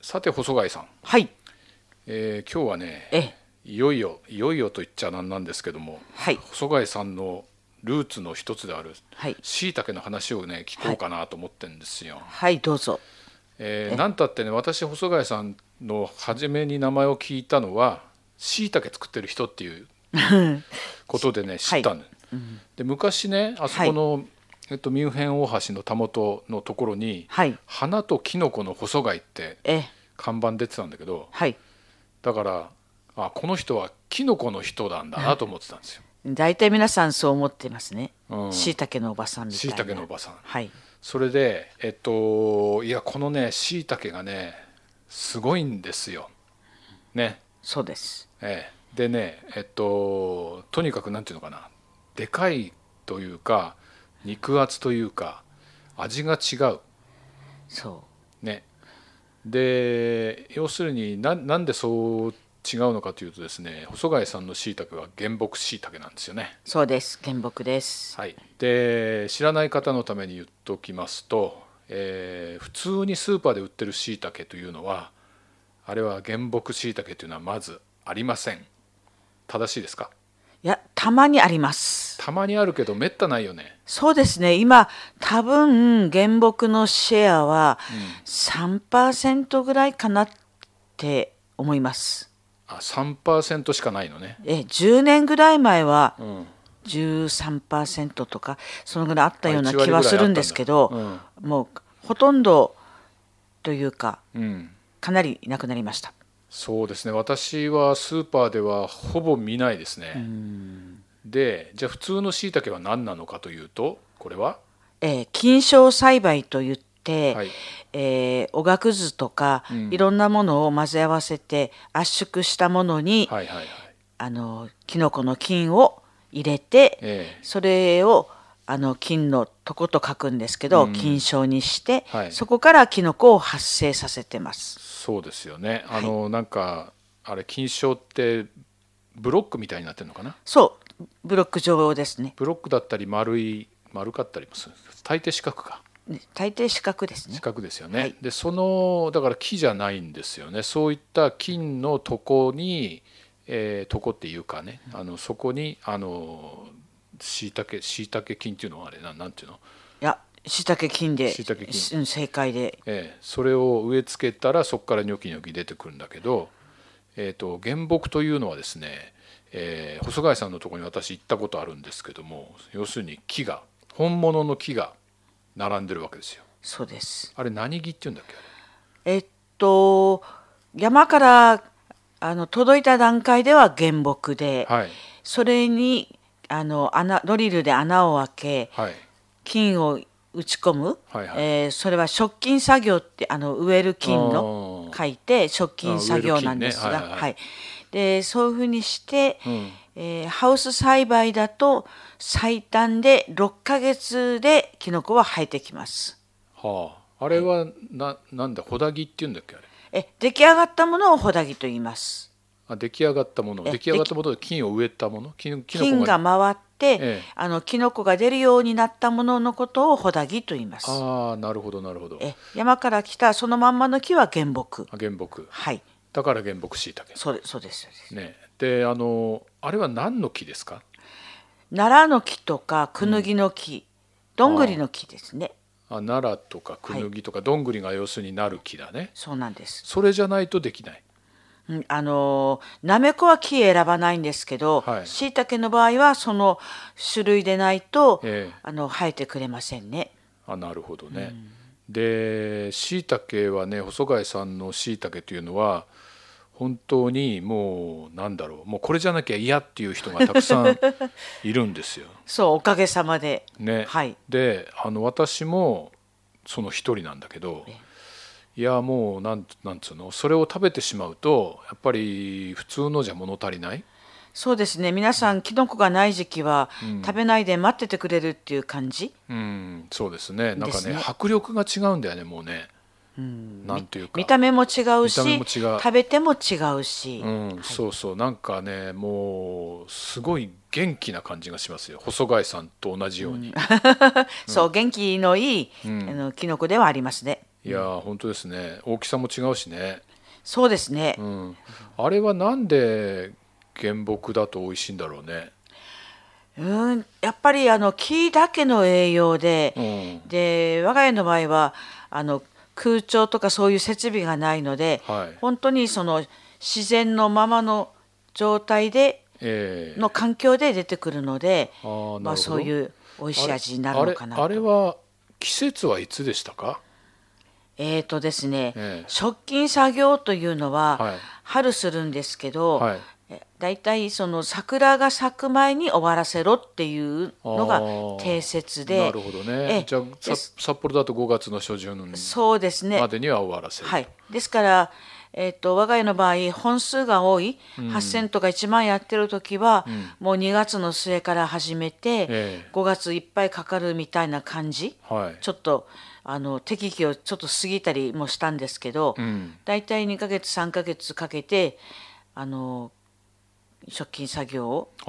さて細貝さん、はい。えー今日はねええ、いよいよいよいよと言っちゃなんなんですけども、はい細貝さんのルーツの一つであるはい。しいたけの話をね聞こうかなと思ってんですよ。はい、どうぞ。えーなんたってね私細貝さんの初めに名前を聞いたのはしいたけ作ってる人って いうことでね知ったの、で昔ねあそこの、えっと、ミュンヘン大橋のたもとのところにはい。花とキノコの細貝ってええ、看板出てたんだけどはい。だからあこの人はキノコの人なんだなと思ってたんですよ。大体皆さんそう思ってますねう。んしいたけのおばさんみたいな。しいたけのおばさんはい。それでえっといやこのねしいたけがねすごいんですよ。ねそうです。ええ、でねえっととにかくなんていうのかなでかいというか肉厚というか味が違うそねで要するにななんでそう違うのかというとですね細貝さんのしいたけは原木しいたけなんですよね。う。そうです。原木です。はい、で知らない方のために言っときますと、えー普通にスーパーで売ってるしいたけというのはあれは原木しいたけというのはまずありません正しいですかいや、たまにあります。たまにあるけどめったないよねそうですね。今、多分原木のシェアは3%ぐらいかなって思います。あ3%しかないのねええ、10年ぐらい前はうん13%とかそのぐらいあったようなあ1割気はするんですけどぐらいあったんだ、もうほとんどというかうんかなりいなくなりましたそうですね私はスーパーではほぼ見ないですねでじゃあ普通のしいたけは何なのかというとこれはえー菌床栽培といって、はいえーおがくずとか、いろんなものを混ぜ合わせて圧縮したものに、はいはいはいあのキノコの菌を入れて、ええそれをあの菌のとこと書くんですけど、菌床にして、はいそこからキノコを発生させてます。そうですよねあの、なんかあれ金賞ってブロックみたいになってるのかなそうブロック状ですねブロックだったり丸い丸かったりもする大抵四角かね大抵四角ですね四。角ですよね、はいでそのだから木じゃないんですよねそういった金のとこに、えーとこっていうかねあのそこにあのしいたけしいたけ菌っていうのはあれななんていうの、いや、しいたけ菌で、椎茸菌しうん正解で、えーそれを植え付けたらそこからニョキニョキ出てくるんだけど、えー、と原木というのはですね、えー細貝さんのところに私行ったことあるんですけども要するに木が本物の木が並んでるわけですよ。そうです。あれ何木っていうんだっけあれえっと山からあの届いた段階では原木で、はいそれにあの穴ドリルで穴を開け、はい菌を打ち込む、はいはいえーそれは食菌作業ってあの植える菌のあー書いて食菌作業なんですあが、植える菌ねはいはいはいでそういうふうにして、んえーハウス栽培だと最短で6ヶ月でキノコは生えてきます。はあ、あれはななんだホダギっていうんだっけあれえ出来上がったものをホダギと言います。あ出来上がったものえ出来上がったもので菌を植えたもの菌キノ菌コがが回って、ええあのキノコが出るようになったもののことをホダギと言います。ああなるほどなるほどえ山から来たそのまんまの木は原木。あ原木はい、だから原木しいたけそうでそうですそうです。ねであのあれは何の木ですか奈良の木とかクヌギの木、どんぐりの木ですね。あ奈良とかクヌギとかどんぐりが要するになる木だね、そうなんです。それじゃないとできないうんあのーなめこは木選ばないんですけど、はいしいたけの場合はその種類でないと、ええあの生えてくれませんね。あなるほどね、でしいたけはね細貝さんのしいたけというのは本当にもうなんだろうもうこれじゃなきゃ嫌っていう人がたくさんいるんですよ。そうおかげさまで、ねはいであの私もその一人なんだけどいやもうなんなんつうのそれを食べてしまうとやっぱり普通のじゃ物足りないそうですね。皆さんキノコがない時期は、食べないで待っててくれるっていう感じ。うんそうですねなんかですねね迫力が違うんだよねもうね。なんていうか見た目も違うし、見た目も違う食べても違うし、うんそうそうなんかねもうすごい元気な感じがしますよ細貝さんと同じように、そう元気のいい、あのキノコではありますね。いやー本当ですね大きさも違うしねそうですね、うん、あれはなんで原木だと美味しいんだろうね。うん、やっぱりあの木だけの栄養で、うん、で我が家の場合はあの空調とかそういう設備がないので、はい本当にその自然のままの状態でええの環境で出てくるので、あーなるほどまあそういう美味しい味になるのかなあれあれと。は季節はいつでしたかえーとですね、ええ食菌作業というのは、はい春するんですけど、はいえだいたいその桜が咲く前に終わらせろっていうのがあー定説で、なるほどねえじゃあでさ札幌だと5月の初旬そうですねま。でには終わらせる、はい、ですから、えっと我が家の場合本数が多い、8,000とか1万やってる時は、もう2月の末から始めて、ええ5月いっぱいかかるみたいな感じ、はいちょっとあの適期をちょっと過ぎたりもしたんですけど、んだいたい2ヶ月3ヶ月かけてあの食菌作業をあ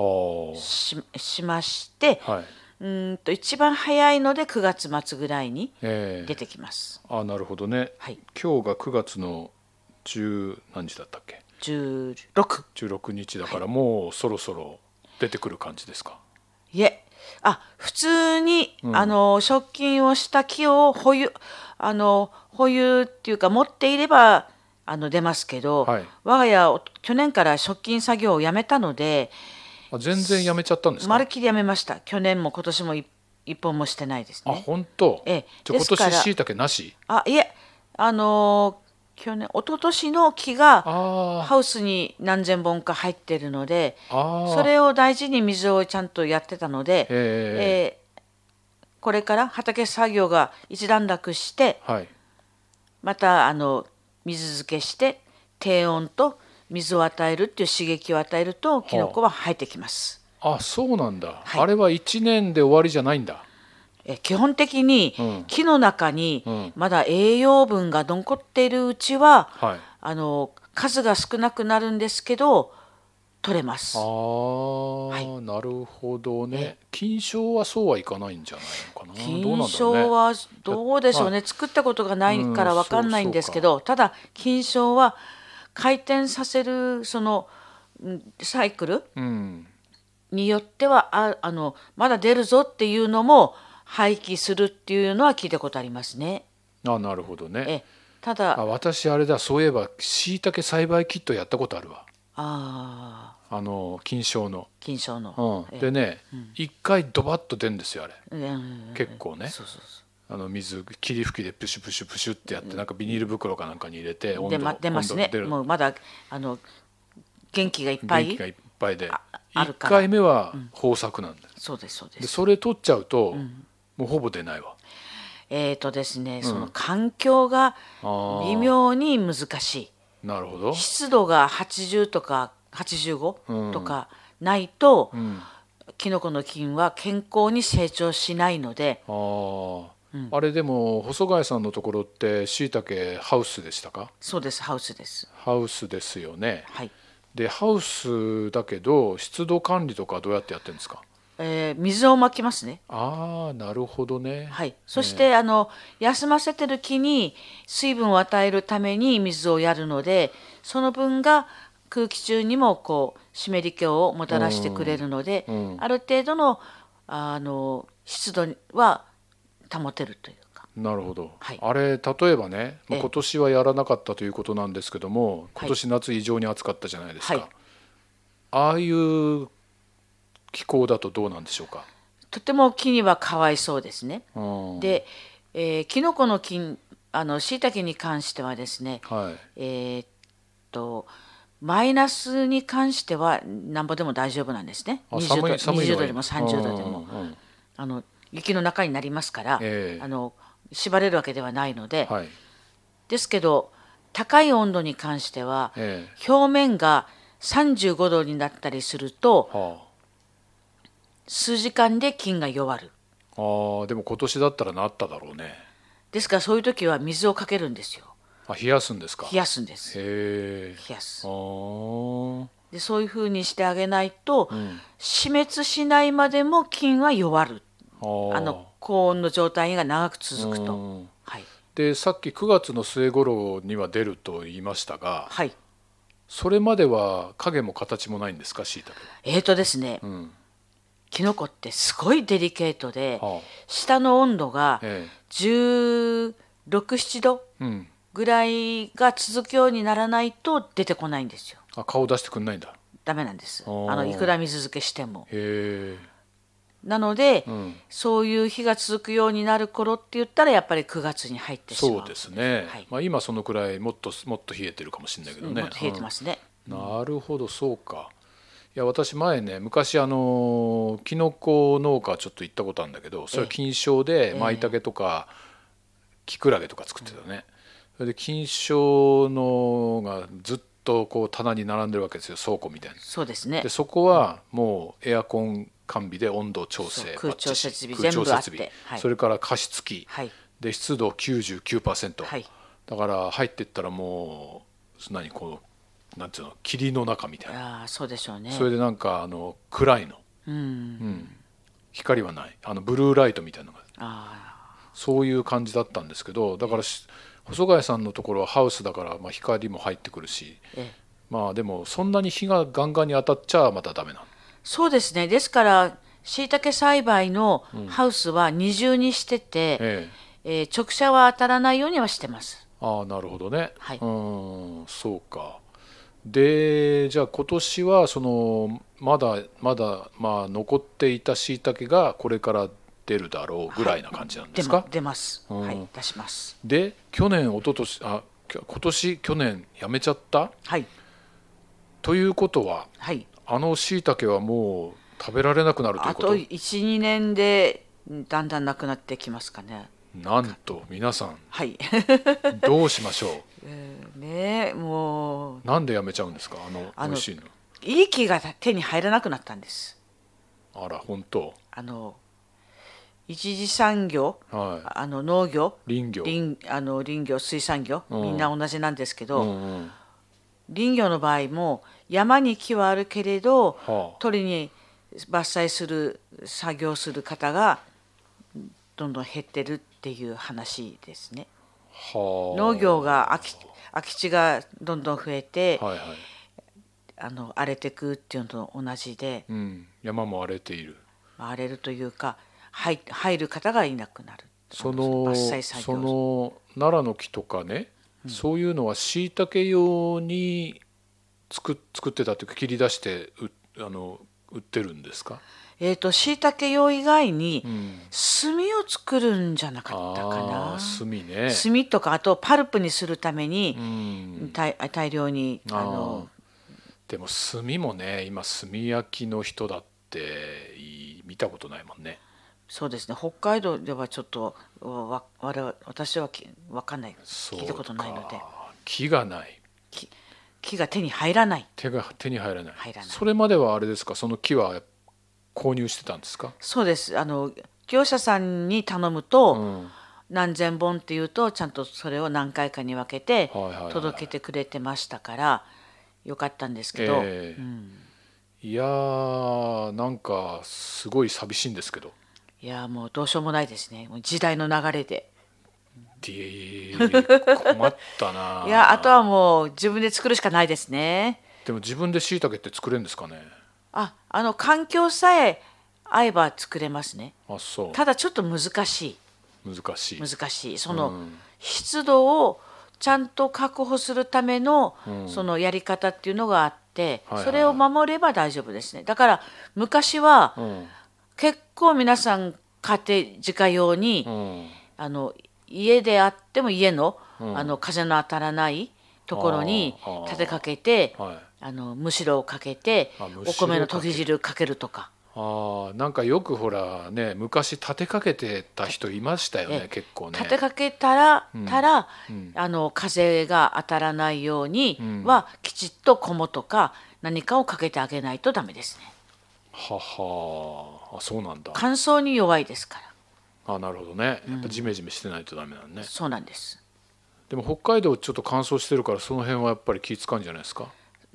ーししまして、はいうーんと一番早いので9月末ぐらいにええ出てきます。あなるほどね、はい今日が9月の10何日だったっけ16 16日だからもうそろそろ出てくる感じですか、いえあ普通に、あの食金をした木を保有あの保有っていうか持っていればあの出ますけど、はい我が家を去年から食金作業をやめたのであ全然やめちゃったんですかまるっきりやめました去年も今年もい一本もしてないですあね。本当、ええじゃあ今ですから年しいたけなしあいえあの去年一昨年の木があーハウスに何千本か入ってるのであーそれを大事に水をちゃんとやってたので、ええーこれから畑作業が一段落してはいまたあの水漬けして低温と水を与えるっていう刺激を与えるとキノコは生えてきます。あそうなんだ、はいあれは1年で終わりじゃないんだえー基本的にうん木の中にうんまだ栄養分が残っているうちは、はいあの数が少なくなるんですけど取れますあ。ー、なるほどね金賞はそうはいかないんじゃないのかなどうなんだろうね金賞はどうでしょうね作ったことがないからうん分かんないんですけどただ金賞は回転させるそのうんサイクルうんによってはああのまだ出るぞっていうのも廃棄するっていうのは聞いたことありますね。あなるほどねえたあだ私あれだそういえばしいたけ栽培キットやったことあるわあーあの金賞の、金賞の、うえん、でね、一回ドバッと出るんですよあれうん結構ねそうそうそあの水霧吹きでプシュプシュプシュってやってなんかビニール袋かなんかに入れてう温で度ま出ます温ね度出るもうまだあの元気がいっぱ元気いがいっぱいであある1から回目は豊作なんだよそうですそうですで。それ取っちゃうともうほぼ出ないわえーとですね、その環境があー微妙に難しいなるほど湿度が80とか85んとかないと、キノコの菌は健康に成長しないのでああ、あれでも細貝さんのところってしいたけハウスでしたかそうですハウスですハウスですよねはい、でハウスだけど湿度管理とかどうやってやってるんですかえー水をまきますねああなるほどねはいそして、あの休ませてる木に水分を与えるために水をやるのでその分が空気中にもこう湿り気をもたらしてくれるので、ある程度のあの湿度は保てるというかなるほど、はいあれ例えばね、まあええ今年はやらなかったということなんですけどもはい今年夏異常に暑かったじゃないですか、はいああいう気候だとどうなんでしょうか、とても木にはかわいそうですね。うんで、えーキノコの菌あの椎茸に関してはですね、はい、えーっとマイナスに関してはなんぼでも大丈夫なんですね。あ20の度20は度でも30度でもうんうんあの雪の中になりますから、ええあの縛れるわけではないので、はいですけど高い温度に関しては、え表面が35度になったりするえとは数時間で菌が弱る。あ、あーでも今年だったらなっただろうねですからそういう時は水をかけるんですよ。あ冷やすんですか冷やすんです。へえ冷やすあ。ーでそういうふうにしてあげないと、死滅しないまでも菌は弱るあーあの高温の状態が長く続くうと、んはい、でさっき9月の末頃には出ると言いましたがはい。それまでは影も形もないんですかしいたけえーとですね、んキノコってすごいデリケートで、はあ下の温度がえ16、7度うんぐらいが続くようにならないと出てこないんですよ。あ顔出してくんないんだダメなんです。あおーのいくら水漬けしても。へえなので、んそういう日が続くようになる頃って言ったらやっぱり9月に入ってしまう。そうですね、はいまあ、今そのくらいもっともっと冷えてるかもしれないけどねもっと冷えてますね。なるほどそうかいや私前ね昔あのキノコ農家ちょっと行ったことあるんだけどそれは金賞でえマイタケとかキクラゲとか作ってたね、それで金賞のがずっとこう棚に並んでるわけですよ倉庫みたいなそうですねで。そこはもうエアコン完備で温度調整そう空調バッチリ設備空調全部あって設備はいそれから加湿器、はい。で湿度99%、はいだから入ってったらもう何こうなんていうの霧の中みたいな、ああそうでしょうね。それでなんかあの暗いのうん。光はないあのブルーライトみたいなのがあそういう感じだったんですけどだからし細貝さんのところはハウスだから、まあ、光も入ってくるしあ。ええまあでもそんなに日がガンガンに当たっちゃまたダメなのそうですね。ですから、椎茸栽培のハウスは二重にしてて、えええー直射は当たらないようにはしてます。ああなるほどね、はいうーんそうかでじゃあ今年はそのまだまだまあ残っていた椎茸がこれから出るだろうぐらいな感じなんで出すか、ま出ます。うんはい、出します。で去年一昨年あきょ今年去年やめちゃったはい、ということははい。あの椎茸はもう食べられなくなるというあことと一二年でうんだんだんなくなってきますかね。なんと皆さん はい。どうしましょ えーねえもううなんでやめちゃうんですかあのあの美味しいのいい木が手に入らなくなったんです。あら本当あの一次産業、はあの農業、い林業林あの林業水産業、うんみんな同じなんですけど。うんうん林業の場合も山に木はあるけれど、はあ取りに伐採する作業する方がどんどん減ってるっていう話ですね。はあ農業が空き空き地がどんどん増えて、はいはいあの荒れてくっていうのと同じでうん、山も荒れているまあ荒れるというか入入る方がいなくなるそあの伐採作業その奈良の木とかね、そういうのは椎茸用に作作ってたというか切り出してうあの売ってるんですか、えー、と椎茸用以外にうん、炭を作るんじゃなかったかな、あー炭ね、炭とかあとパルプにするためにう、ん、大大量にああーのでも炭もね今炭焼きの人だってい見たことないもんねそうですね北海道ではちょっとわわれ私はきわかんないそう聞いたことないのでか木がないき木が手に入らない手が手に入らない入らないそれまではあれですかその木は購入してたんですか、そうですあの業者さんに頼むと、うん何千本っていうとちゃんとそれを何回かに分けてはいはいはいはい届けてくれてましたからよかったんですけど、ええうんいやーなんかすごい寂しいんですけどいやもうどうしようもないですねもう時代の流れでで困ったな いやあとはもう自分で作るしかないですねでも自分で椎茸って作れるんですかねああの環境さえ合えば作れますねあそただちょっと難しう難しいい難しいその湿度をちゃんと確保するためのそのやり方っていうのがあってはいはいそれを守れば大丈夫ですねだから昔はうん結構皆さん家庭自家用に、うんあの家であっても家の,、あの風の当たらないところにあーあー立てかけてあはいのむしろをかけてあむしろお米のとぎ汁かけるとかあーなんかよくほらね昔立てかけてた人いましたよねえ結構ね立てかけたら,、たらあの風が当たらないようには、きちっと菰とか何かをかけてあげないとダメですねははあそうなんだ乾燥に弱いですからあなるほどねやっぱジメジメしてないとダメなのね、そうなんです、でも北海道ちょっと乾燥してるからその辺はやっぱり気使うんじゃないですか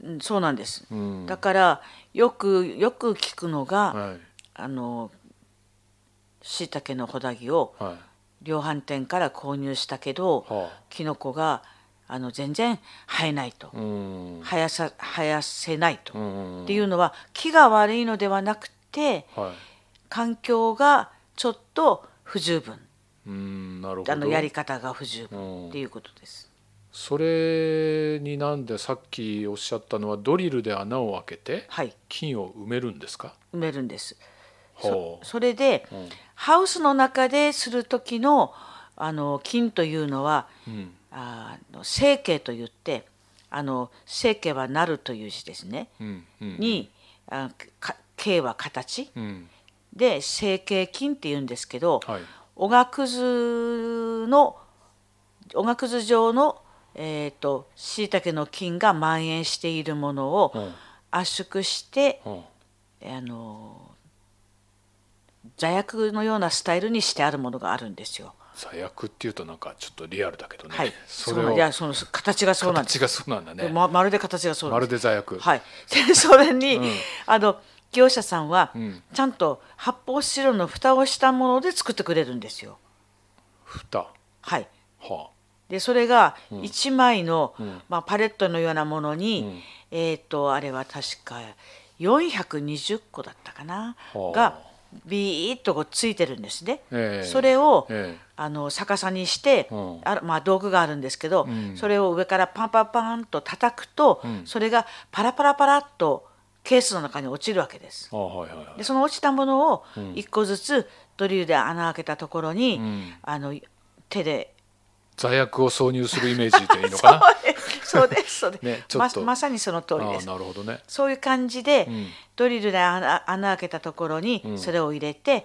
うん、そうなんです、だからよくよく聞くのが、はいあの椎茸のほだぎをはい量販店から購入したけど、はあキノコがあの全然生えないと、うん生やさ生やせないと、うんっていうのは木が悪いのではなくては環境がちょっと不十分いうんなるほどあのやり方が不う十ん分っていうことです。それになんでさっきおっしゃったのはドリルで穴を開けてはい菌を埋めるんですか埋めるんです。ほそうそれで、んハウスの中でする時のあの菌というのは、うんあの生形と言ってあの生形はなるという字ですね、うんうんにあか形は形うんで生形菌って言うんですけど、はいおがくずのおがくず状のえっ、としいたけの菌が蔓延しているものうをん圧縮して、はあの座薬のようなスタイルにしてあるものがあるんですよ。あ座薬っていうとなんかちょっとリアルだけどね、はい、それうなんをいやその形がそうなんです形。がそうなんだねままるで形がそうなまんでるす。で座薬、はい、 でそれに、あの業者さんは、んちゃんと発泡スチロールの蓋をしたもので作ってくれるんですよ。蓋ははい、あでそれが1枚の、まあ、パレットのようなものに、えっ、とあれは確か420個だったかな、はあがビーッとこうついてるんですね。ええそれを、ええあの逆さにして、うんあるまあ、道具があるんですけど、それを上からパンパンパンと叩くと、それがパラパラパラっとケースの中に落ちるわけです。ああはいはいはいでその落ちたものを一個ずつドリルで穴開けたところに、あの手で座薬を挿入するイメージでいいのかそうですそうです、ねちょまっとまさに その通なりあであすなるほどねそういう感じで、ドリルで穴穴開けたところにそれを入れて、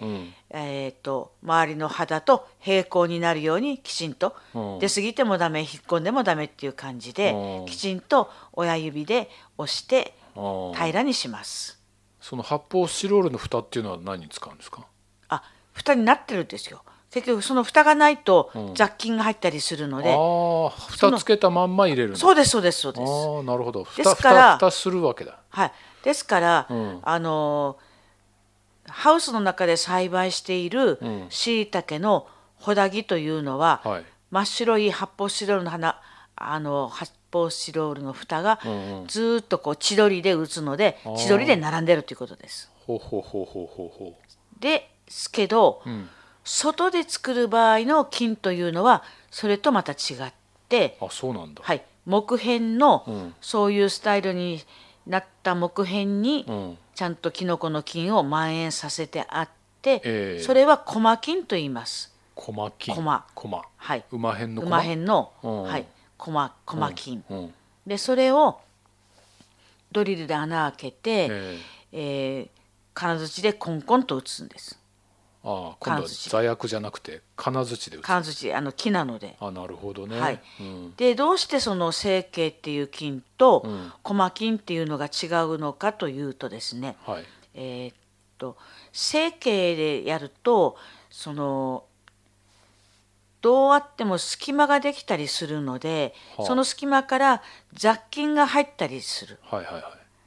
えー、と周りの肌と平行になるようにきちんと、うん出過ぎてもダメ引っ込んでもダメっていう感じで、うんきちんと親指で押してああ平らにします。その発泡スチロールの蓋っていうのは何に使うんですかあ蓋になってるんですよ。結局その蓋がないと雑菌が入ったりするので、ああそ蓋のつけたまんま入れるんだそうですそうですそうです。ああなるほど蓋ですから蓋蓋するわけだはい、ですから、んあのハウスの中で栽培しているしいたけのホダギというのは、はい真っ白い発泡スチロールの花あの発泡スチロールの蓋がずーっとこう千鳥で打つので千鳥で並んでるということです。ほうほうほうほうほうほですけど、外で作る場合の菌というのはそれとまた違って、うあそうなんだはい、木片の、そういうスタイルになった木片に、んちゃんとキノコの菌を蔓延させてあって、ええそれはコマ菌と言います。小まきこまこまはい、馬編のこ馬ま片の、うんはい、コマコマ菌、うんでそれをドリルで穴開けて、えええー金槌でコンコンと打つんです。ああ今度金は槌座薬じゃなくて金槌で打つ金槌あの木なので。あなるほどね、はいうん、でどうしてその成形っていう菌とコマ菌っていうのが違うのかというとですね、はいえーっと整形でやるとそのどうあっても隙間ができたりするので、はあその隙間から雑菌が入ったりするはいはいはい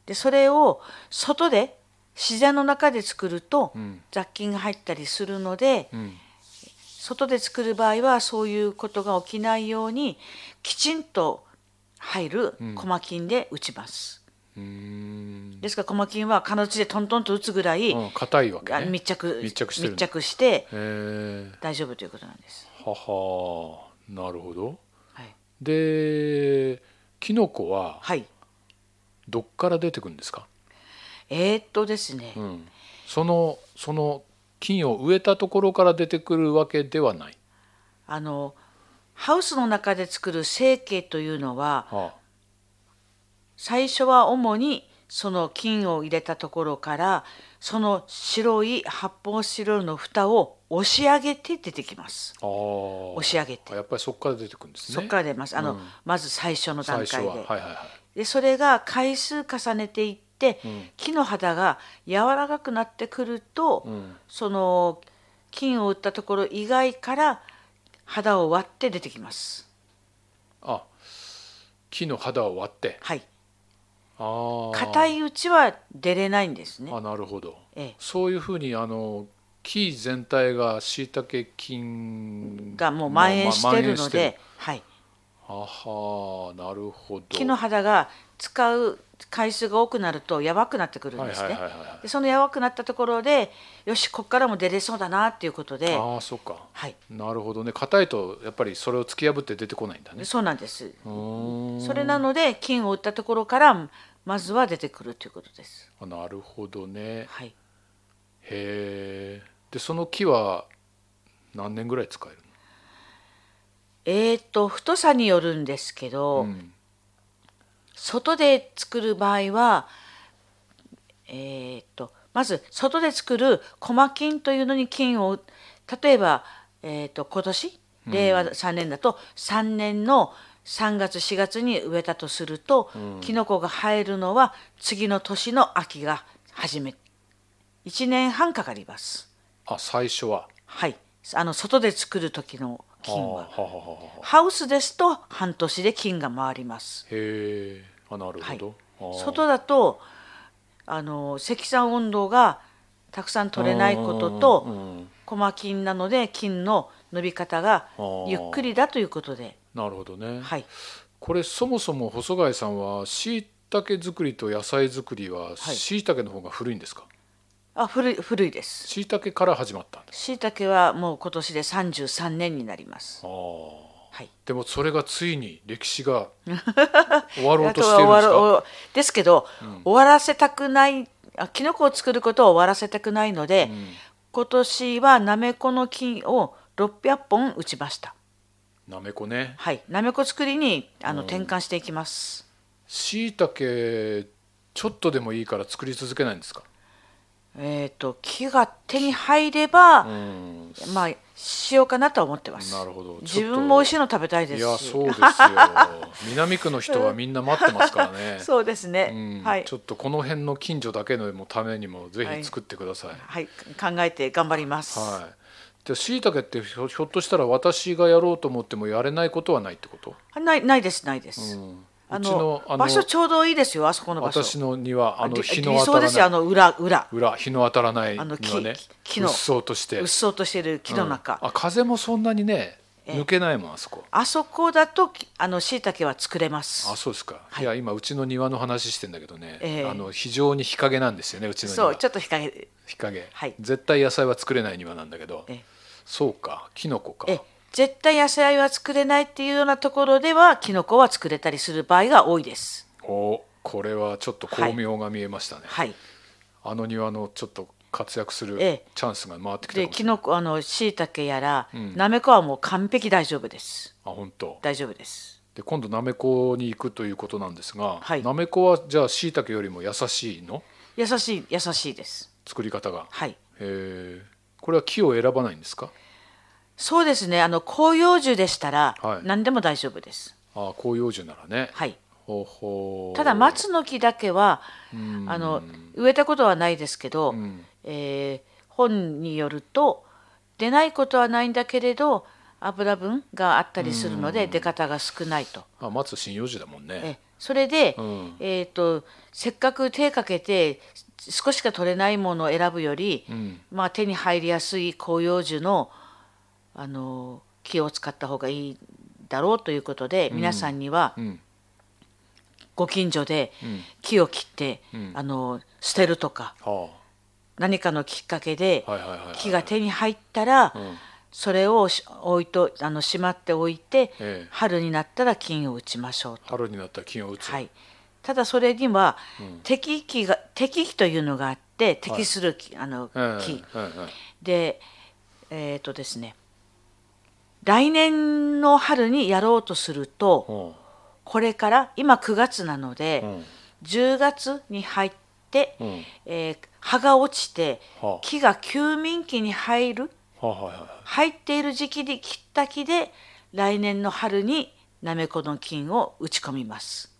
でそれを外で自然の中で作ると雑菌が入ったりするので、外で作る場合はそういうことが起きないようにきちんと入るコマ菌で打ちます。うーんですからコマ菌は金槌でトントンと打つぐらい、うん硬いわけあね密着密着してるんだ密着してえ大丈夫ということなんです。えははなるほどはい。でキノコははい、どっから出てくるんですか、えー、っとですね、うん、そのその菌を植えたところから出てくるわけではない、あのハウスの中で作る成形というのはは最初は主にその菌を入れたところからその白い発泡スチロールの蓋を押し上げて出てきます。あ、あー押し上げて、やっぱりそこから出てくるんですねそこから出ます。あの、まず最初の段最初階で。ははいはいはいでそれが回数重ねていって、木の肌が柔らかくなってくると、その菌を打ったところ以外から肌を割って出てきます。あ木の肌を割ってはい、ああ硬いうちは出れないんですね。あなるほどええそういうふうにあの木全体がしいたけ菌がもう蔓延してるので、はい、あはなるほど木の肌が使う回数が多くなるとやばくなってくるんですはね。いはいはいはいはいでそのやばくなったところでよしこっからも出れそうだなっていうことで、ああそっかはい、なるほどね硬いとやっぱりそれを突き破って出てこないんだねそうなんです。うーんそれなので菌を打ったところからまずは出てくるということです。あなるほどねはい、へえでその木は何年ぐらい使えるえー、と太さによるんですけど、の、うん外で作る場合は、えー、とまず外で作る細菌というのに菌を例えば、えー、と今年令和3年だと3年の3月4月に植えたとすると、キノコが生えるのは次の年の秋が始め1年半かかります。あ最初ははい、あの外で作る時の菌はあははははハウスですと半年で菌が回ります。へえあなるほど、あー外だとあの積算運動がたくさん取れないことと、うんうんコマ菌なので菌の伸び方がーゆっくりだということで、なるほどね、はい、これそもそも細貝さんは椎茸作りと野菜作りは椎茸の方が古いんですか、あ古い古いです。椎茸から始まったんです椎茸はもう今年で33年になります。あーはい。でもそれがついに歴史 が終わろうあととしてるんですは終わかろうですけど、終わらせたくないあキノコを作ることを終わらせたくないので、今年はナメコの菌を600本打ちました。なめこねはい、なめこ作りにあの転換していきます。椎茸ちょっとでもいいから作り続けないんですかえっ、と木が手に入れば、うんまあしようかなとは思ってます。なるほど自分も美味しいの食べたいでいすし。やそう ですよ南区の人はみんな待ってますからね そうですね。うんはいちょっとこの辺の近所だけのためにもぜひ作ってください。はい考えて頑張ります。はい。で、椎茸ってひょひょっとしたら私がやろうと思ってもやれないことはないってこと？あないないですないです。うんあうのちのあの場所ちょうどいいですよあそこの場所。私の庭あのり日理の当想たでらすよなあいの裏裏裏日の当たらないあの木庭ね木木のうっそうとしてうっそうとしてる木の中。うんあ風もそんなにね抜けないもんあそこ。あそこだときあの椎茸は作れます。あそうですか、い、や今うちの庭の話してんだけどね、ええあの非常に日陰なんですよねうちの庭そうちょっと日陰日陰、はい絶対野菜は作れない庭なんだけど、ええそうかキノコかえ絶対野菜は作れないっていうようなところではキノコは作れたりする場合が多いです。おこれはちょっと巧妙が見えましたね、はい、あの庭のちょっと活躍するええチャンスが回ってきたかでもしキれないノコあのしいたけやら、なめこはもう完璧大丈夫です。あ本当大丈夫です。で今度なめこに行くということなんですが、はいなめこはじゃあしいたけよりも優しいの優しい優しいです。作り方が、はい。へえこれは木を選ばないんですかそうですね。あの広葉樹でしたら、はい何でも大丈夫です。あ広葉樹ならね、はい。ほうほうただ松の木だけはあの植えたことはないですけど、えー本によると出ないことはないんだけれど油分があったりするので出方が少ないと。まあ、松針葉樹だもんねえそれで、んえー、とせっかく手かけて少しか取れないものを選ぶより、まあ、手に入りやすい広葉樹のあの木を使った方がいいだろうということで、皆さんには、んご近所で木を切って、あの捨てるとかは何かのきっかけではいはいはいはい木が手に入ったら、それをし置いとあのしまっておいて、ええ春になったら菌を打ちましょうあ春になったら菌を打つ、はい、ただそれには適期が適期というのがあって適する木,、あの木、うんうんうんでえっ、とですね来年の春にやろうとするとうんこれから今9月なので、10月に入って、んえー葉が落ちて、はあ木が休眠期に入るはいはいは入っている時期に切った木で来年の春になめこの菌を打ち込みます。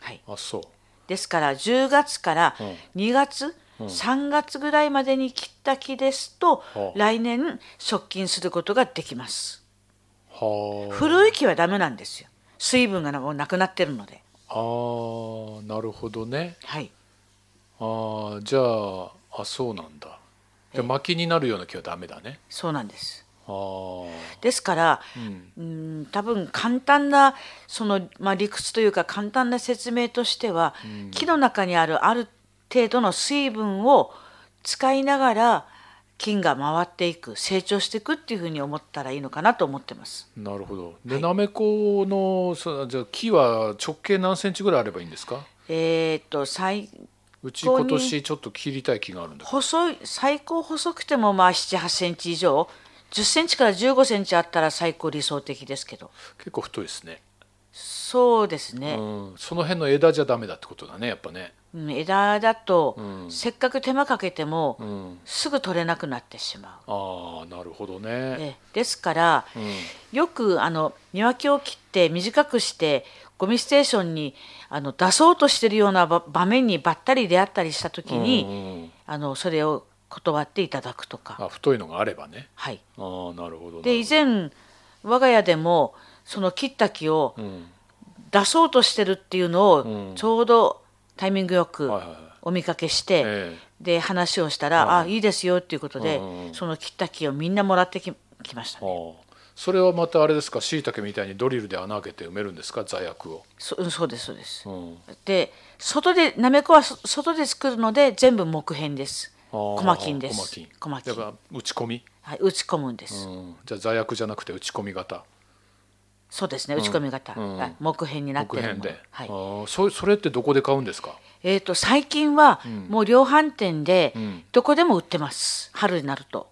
はいいあそうですから10月から2月、3月ぐらいまでに切った木ですと、はあ来年食菌することができますは古い木はダメなんですよ水分がもうなくなってるのでああーなるほどねはいああじゃああそうなんだじゃあ薪になるような木はダメだね。そうなんです。ああ。ですから、うん。うん多分簡単なその、まあ、理屈というか簡単な説明としては、木の中にあるある程度の水分を使いながら菌が回っていく成長していくっていうふうに思ったらいいのかなと思ってます。なるほど。で、なめこのそじゃあ木は直径何センチぐらいあればいいんですか？えーっと最うちここに今年ちょっと切りたい木があるんだけど。細い最高細くてもまあ78センチ以上10センチから15センチあったら最高理想的ですけど結構太いですね。そうですね、うん。その辺の枝じゃダメだってことだね。やっぱね。うん枝だと、うんせっかく手間かけても、うん。すぐ取れなくなってしまああ、なるほどう。ね。ええですから、よくあの庭木を切って短くしてゴミステーションにあの出そうとしてるような場場面にばったり出会ったりした時うん。に、うんうんあのそれを断っていただくとか。あ、太いのがあればね。はい、ああ、なるほど。で以前我が家でもその切った木をなるほど。うん。出そうとしてるっていうのうをんちょうどタイミングよくはいはいはいお見かけして。ええで話をしたら「あいいですよ」っていうことで、うんうんその切った木をみんなもらってききましたね、ああそれはまたあれですか椎茸みたいにドリルで穴開けて埋めるんですか罪悪を、そうんそうですそうです、うん、で外でなめこはそ外で作るので全部木片ですああ小牧です小牧小牧だから打ち込み、はい、打ち込むんでうす、ん、じゃあ罪悪じゃなくて打ち込み型そうですね打ち込み型、うんはい木片になって木るも片ので、はいああそそれってどこで買うんですかえー、と最近はもう量販店でんどこでも売ってます春になると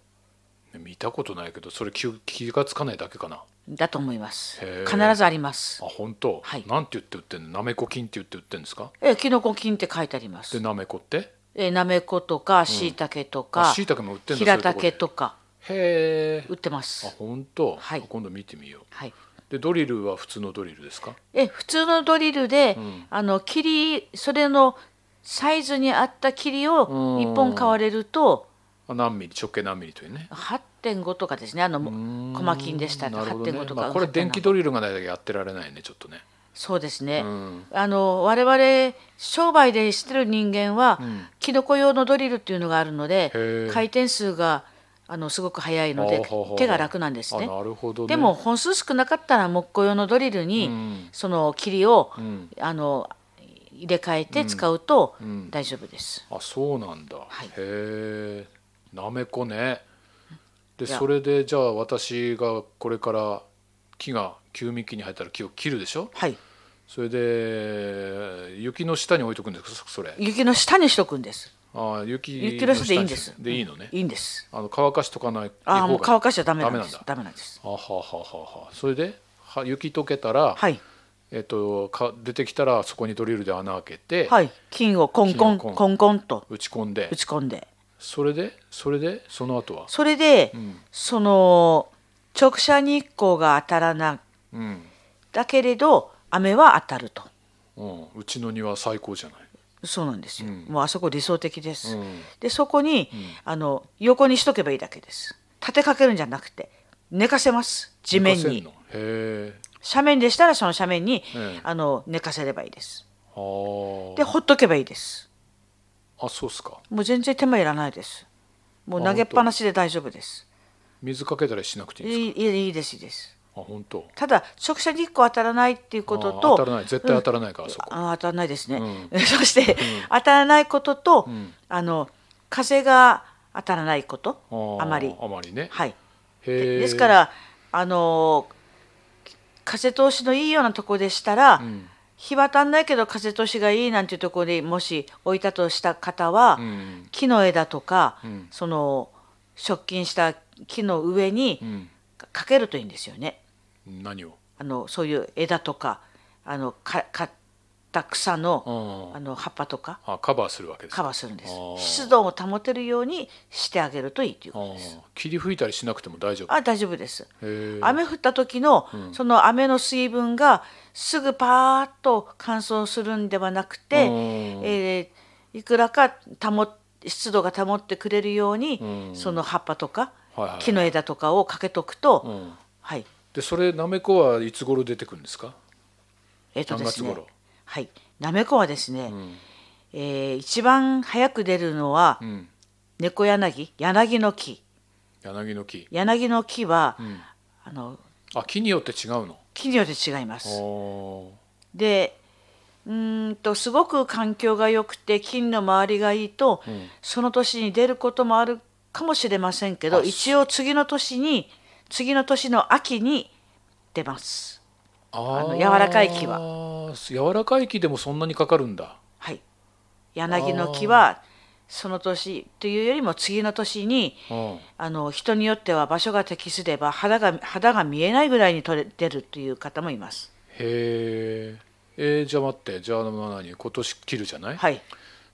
見たことないけどそれ気気がつかないだけかなあだと思いますへえ必ずあります本当、はいなんて言って売ってんのなめこ菌って言って売ってんですかえーキノコ菌って書いてありますでなめこってえーなめことかしいたけとあか椎茸も売ってんだひらそういたうとこでけとかへえ売ってまあす本当、はい今度見てみようはいでドリルは普通のドリルですかえ普通のドリルで、あの切りそれのサイズに合った切りをうん1本買われるとあ何ミリ直径何ミリというね8.5とかですねあの小マキンでしたらなるほどね8.5とか、まあ、これ電気ドリルがないだけやってられないねちょっとねそうですね、んあの我々商売でしてる人間は、キノコ用のドリルっていうのがあるのへでえ回転数があのすごく速いのあでーほうほう手が楽なんですねあなるほどねでも本数少なかったら木工用のドリルに、んその霧を、んあの入れ替えて使うと大丈夫です。あそうなんだ、はいへえなめこねでいやそれでじゃあ私がこれから木が休眠期に入ったら木を切るでしょはい、それで雪の下に置いとくんですかそれ雪の下にしとくんです。ああ雪雪の下でいいんです。でいいのね、いいんです。あの乾かしとかないああもう乾かしちゃダダメなんメなでんすだ。ダメなんです。あははははそれでは雪溶けたら、はいえっとか出てきたらそこにドリルで穴開けて、はい金をコンコン金をコンコンコンと打ち込んで打ち込んで、それでそれでその後は、それで、その直射日光が当たらなうんだけれど雨は当たると。うん、うちの庭最高じゃないそうなんですよ、もうあそこ理想的です、うんでそこに、あの横にしとけばいいだけです立てかけるんじゃなくて寝かせます地面浮かせんにのへえ斜面でしたらその斜面に、ええあの寝かせればいいですあーでほっとけばいいですあそうっすかもう全然手間いらないですもうあ投げっぱなしで大丈夫です水かけたりしなくていいいんですかいいいいいですいいですあ本当ただ直射日光当たらないっていうことあとー当たらない絶対当たらないから、そこあ当たらないですね、う そして、当たらないことと、あの風が当たらないことーあまりあまりね、はいでへえですからあの風通しのいいようなとこでしたら、日は当たんないけど風通しがいいなんていうところにもし置いたとした方は、ん木の枝とか、その食菌した木のう上にん、かけるといいんですよね。何をあのそういう枝とかあのか買った草のうんあの葉っぱとかあカバーするわけですカかバーするんですあー湿度を保てるようにしてあげるといいというあことですー霧吹いたりしなくても大丈夫へあ大丈夫ですえ雨降った時の、その雨の水分がすぐパーッと乾燥するんではなくて、うんえーいくらか保っ湿度が保ってくれるように、その葉っぱとか、はいはい木の枝とかをかけとくと、うんはいでそれなめこはいつ頃出てくるんですかえっ、とです何ね月頃、はい、なめこはですね、えー一番早く出るのはん猫柳柳の木柳の木、柳の木は、うん、あのあ木によって違うの木によって違います。おでうーんとすごく環境が良くて金の周りがいいと、んその年に出ることもあるかもしれませんけあど一応次の年に次の年の秋に出ます。あのー柔らかい木柔らかい木でもそんなにかかるんだはい、柳の木はその年というよりも次の年にうんあの人によっては場所が適すれば肌が肌が見えないぐらいに取れ出るという方もいます。へーえー、じゃあ待ってじゃあ何今年切るじゃない、はい、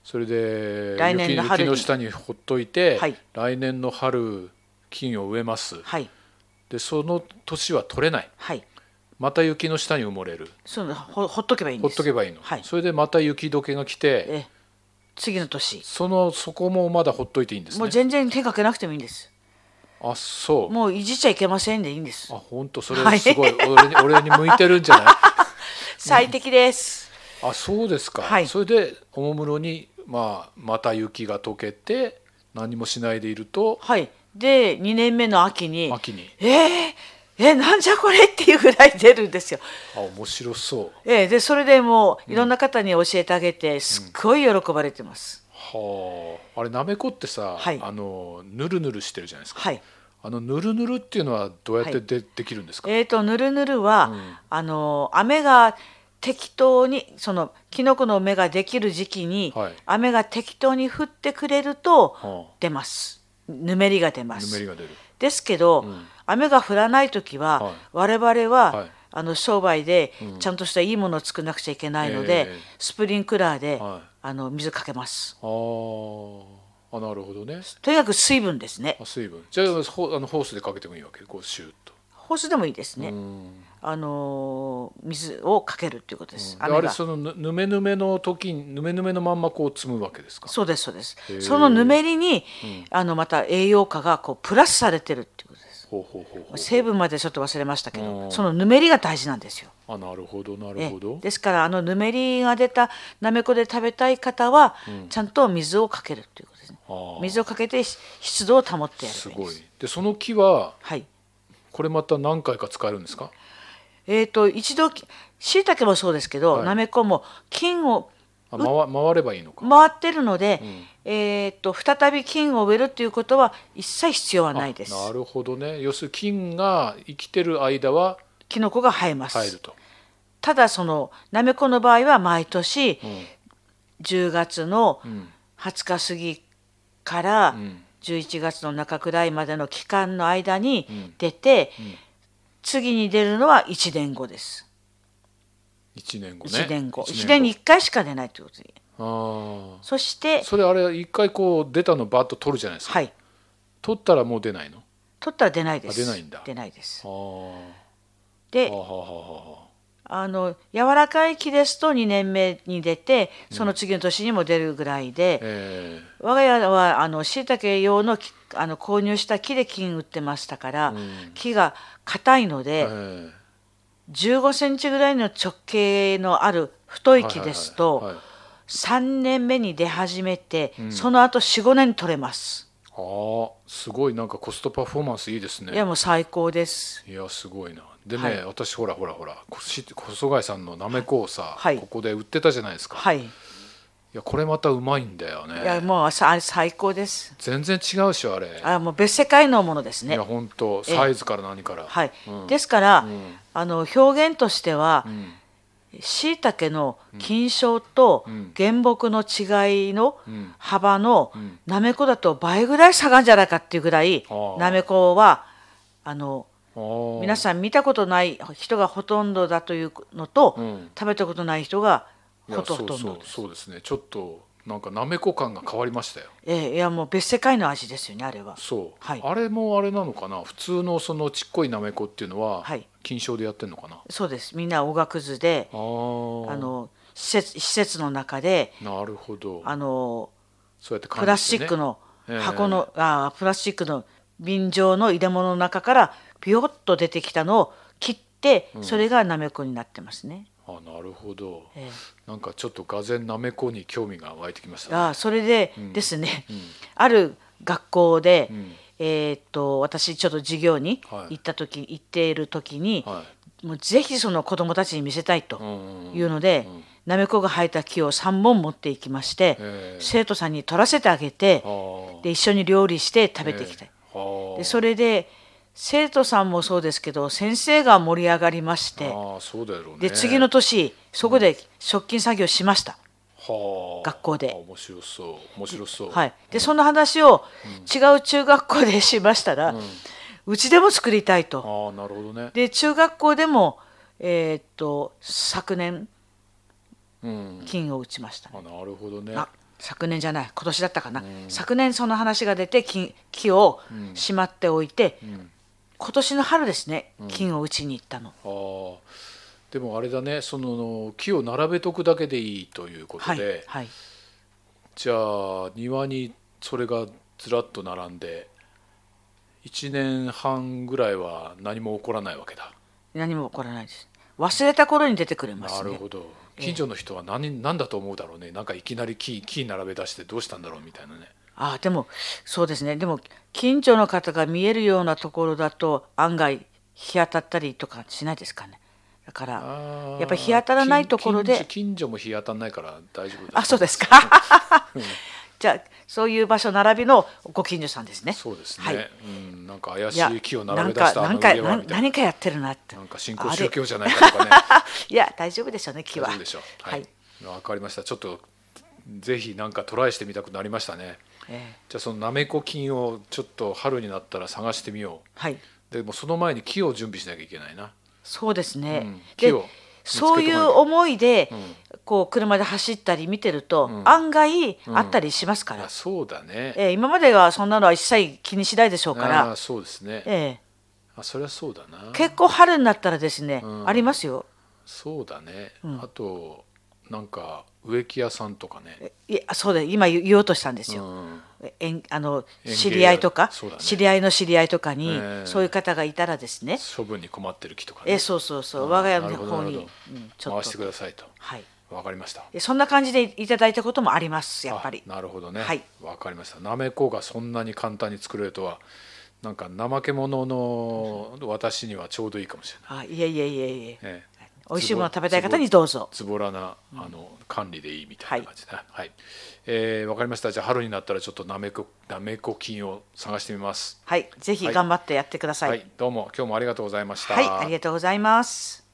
それで来年の春雪雪にの下にほっといて、はい来年の春金を植えますはい、でその年は取れないはい、また雪の下に埋もれるそのほほっとけばいいんほでっす。とけばいいの、はいそれでまた雪解けが来てええ次の年、そのそこもまだほっといていいんですもうね全然手かけなくてもいいんです。あそうもういじっちゃいけませんでいいんですあ。本当それはいすごい、俺に俺に向いてるんじゃない最適です。あそうですか、はいそれでおもむろに、まあ、また雪が溶けて何もしないでいるとはい。で2年目の秋に、秋にえええなんじゃこれっていうぐらい出るんですよ。あ面白そうええでそれでもういろんな方に教えてあげて、すっごい喜ばれてます。はああれなめこってさ、はいあのぬるぬるしてるじゃないですか、はい。あのぬるぬるっていうのはどうやってはいで,、できるんですかえー、とぬるぬるは、うんあの雨が適当にそのキノコの芽ができる時期に、はい雨が適当に降ってくれると、はあ出ますぬめりが出まぬめりすが出るですけど、雨が降らない時は、我々は、はいあの商売でちゃんとしたいいものを作らなくちゃいけないので、ええスプリンクラーで、はいあの水かけますああなるほどねとにかく水分ですねあ水分じゃあほあのホースでかけてもいいわけこうシューッとホースでもいいですね、うんあのー水をかけるっていうことです、で雨あれがそのぬぬめぬめの時にぬめぬめのまんまこう積むわけですかそうですそうですへえ。そのぬめりに、あのまた栄養価がこうプラスされてるっていうことです。ほうほうほうほう成分までちょっと忘れましたけうんど、そのぬめりが大事なんですよ。あなるほどなえるえほど、ですからあのぬめりが出たなめこで食べたい方は、ちゃんと水をかけるっていうことですね。あー水をかけてし湿度を保ってやるすべきでごいす。でその木ははい。これまた何回か使えるんですかえっ、と一度しいたけもそうですけど、はいなめこも菌をあ回回ればいいのか回ってるので、えっ、と再び菌を植えるということは一切必要はないです。なるほどね要するに菌が生きてる間はキノコが生えます、入るとただそのなめこの場合は毎年10月の20日過ぎから11月の中くらいまでの期間の間に出て、次に出るのは1年後です1年後ね1年後1年にに1回しか出ないということであそしあてそれあれ一回こう出たのバッと取るじゃないですか、はい取ったらもう出ないの取ったら出ないですあ出ないんだですああではあはあはあはああの柔らかい木ですと2年目に出てその次の年にも出るぐらいで、え我が家はあの椎茸用のきあの購入した木で菌売ってましたから、木が硬いのえで、え15センチぐらいの直径のある太えい木ですと、はいはいはい3年目に出始めて、その後45年取れまはす、いああすごいなんかコストパフォーマンスいいですねいやもう最高ですいやすごいなでね、はい私ほらほらほらこし細貝さんのなめこをさ、はいここで売ってたじゃないですか、い、はい、いやこれまたうまいんだよやねもうさ最高です全然違うでしょあれあもう別世界のものですいねや本当サイズから何から、はい、ですから、あの表現としては、んしいたけの菌床とん原木の違いのん幅のんなめこだと倍ぐらい下がるんじゃないかっていうぐらいあーなめこはあのああ皆さん見たことない人がほとんどだというのと、うん食べたことない人がいやほとほとんどですそうそうそうですねちょっとなんかなめこ感が変わりましたよええいやもう別世界の味ですよねあれはそう、はいあれもあれなのかな普通のそのちっこいなめこっていうのは、はい金賞でやってんのかなあそうですみんなおがくずでああのの施設施設の中でなるほどあのそうやってプラスチックのええ箱の、あープラスチックの瓶状の入れ物の中からビヨッと出てきたのを切って、それがなめこになってますね。あなるほど、えなんかちょっとがぜんなめこに興味が湧いてきましえたねあーそれで、ですね、ある学校で、んえーっと私ちょっと授業にはい行った時、行っている時に、はもうぜひその子供たちに見せたいとい。うんうん。いうので、なめこが生えた木を3本持っていきまして、ええ生徒さんに取らせてあげて、はあ。で一緒に料理して食べてきたい。はあ。でそれで生徒さんもそうですけど先生が盛り上がりましてああ、そうだろうね。で次の。年そこで食金作業しました、はあ。学校であ面白そう。面白そう。はい。、でその話を違う中学校でしましたら、うちでも作りたいとああ、なるほどね。で中学校でも、えーっと昨年うん。金を打ちましたね、あ、なるほどね。あ昨年じゃない今年だったかな、昨年その話が出て金木をしまっておいて、今年の春ですね金を打ちに行ったの、あーでもあれだねその木を並べとくだけでいいということはいで、はいじゃあ庭にそれがずらっと並んで1年半ぐらいは何も起こらないわけだ、何も起こらないです忘れた頃に出てくれますなるねほど近所の人は何,、何だと思うだろうねなんかいきなり木木並べ出してどうしたんだろうみたいなねああでもそうですねでも近所の方が見えるようなところだと案外日当たったりとかしないですかねだからやっぱり日当たらないところ近近所で近所も日当たらないから大丈夫だあそうですかじゃあそういう場所並びのご近所さんですねそうですね、はいうん、なんか怪いやしい木を並べ出したあなんのか家なんかはなみたいな何かやってるなってなんか信仰あれ宗教じゃないかとかね いや大丈夫でしょうね木は大丈夫でしょう。ははいい。わ、かりました。ちょっとぜひなんかトライしてみたくなりましたね。ええじゃあそのなめこ菌をちょっと春になったら探してみよはい、う。でもその前に木を準備しなきゃいけないな。そうですね、うん木でを見つけとかそうないという思いで、こう車で走ったり見てると、案外あったりしますから、あ、そうだね。ええ今まではそんなのは一切気にしないでしょうかあらー、そうですね。ええあ、そりゃそうだな。結構春になったらですね、んありますよそうだね。あとなんか植木屋さんとかね。いやそうだ今言言おうとしたんですうよ、ん。えんあの園芸知り合いとか、そうだね知り合いの知り合いとかに、ええそういう方がいたらですね処分に困ってる木とかね。えそうそうそう我が家の方なるにほ、うどん、ちょっ回としてくださいと。はいわかりました。でそんな感じでいいただいたこともありますやっぱりあなるほどねはいわかりましたなめこがそんなに簡単に作れるとはなんか怠け者の私にはちょうどいいかもしれない、あいえいえいえいえええ美味しいものを食べたい方にどうぞつぼらなあの管理でいいみたいな感じで、はいえーわかりましたじゃあ春になったらちょっとなめこなめこ菌を探してみますはいぜひはい頑張ってやってくださはいい、どうも今日もありがとうございました、はい、ありがとうございます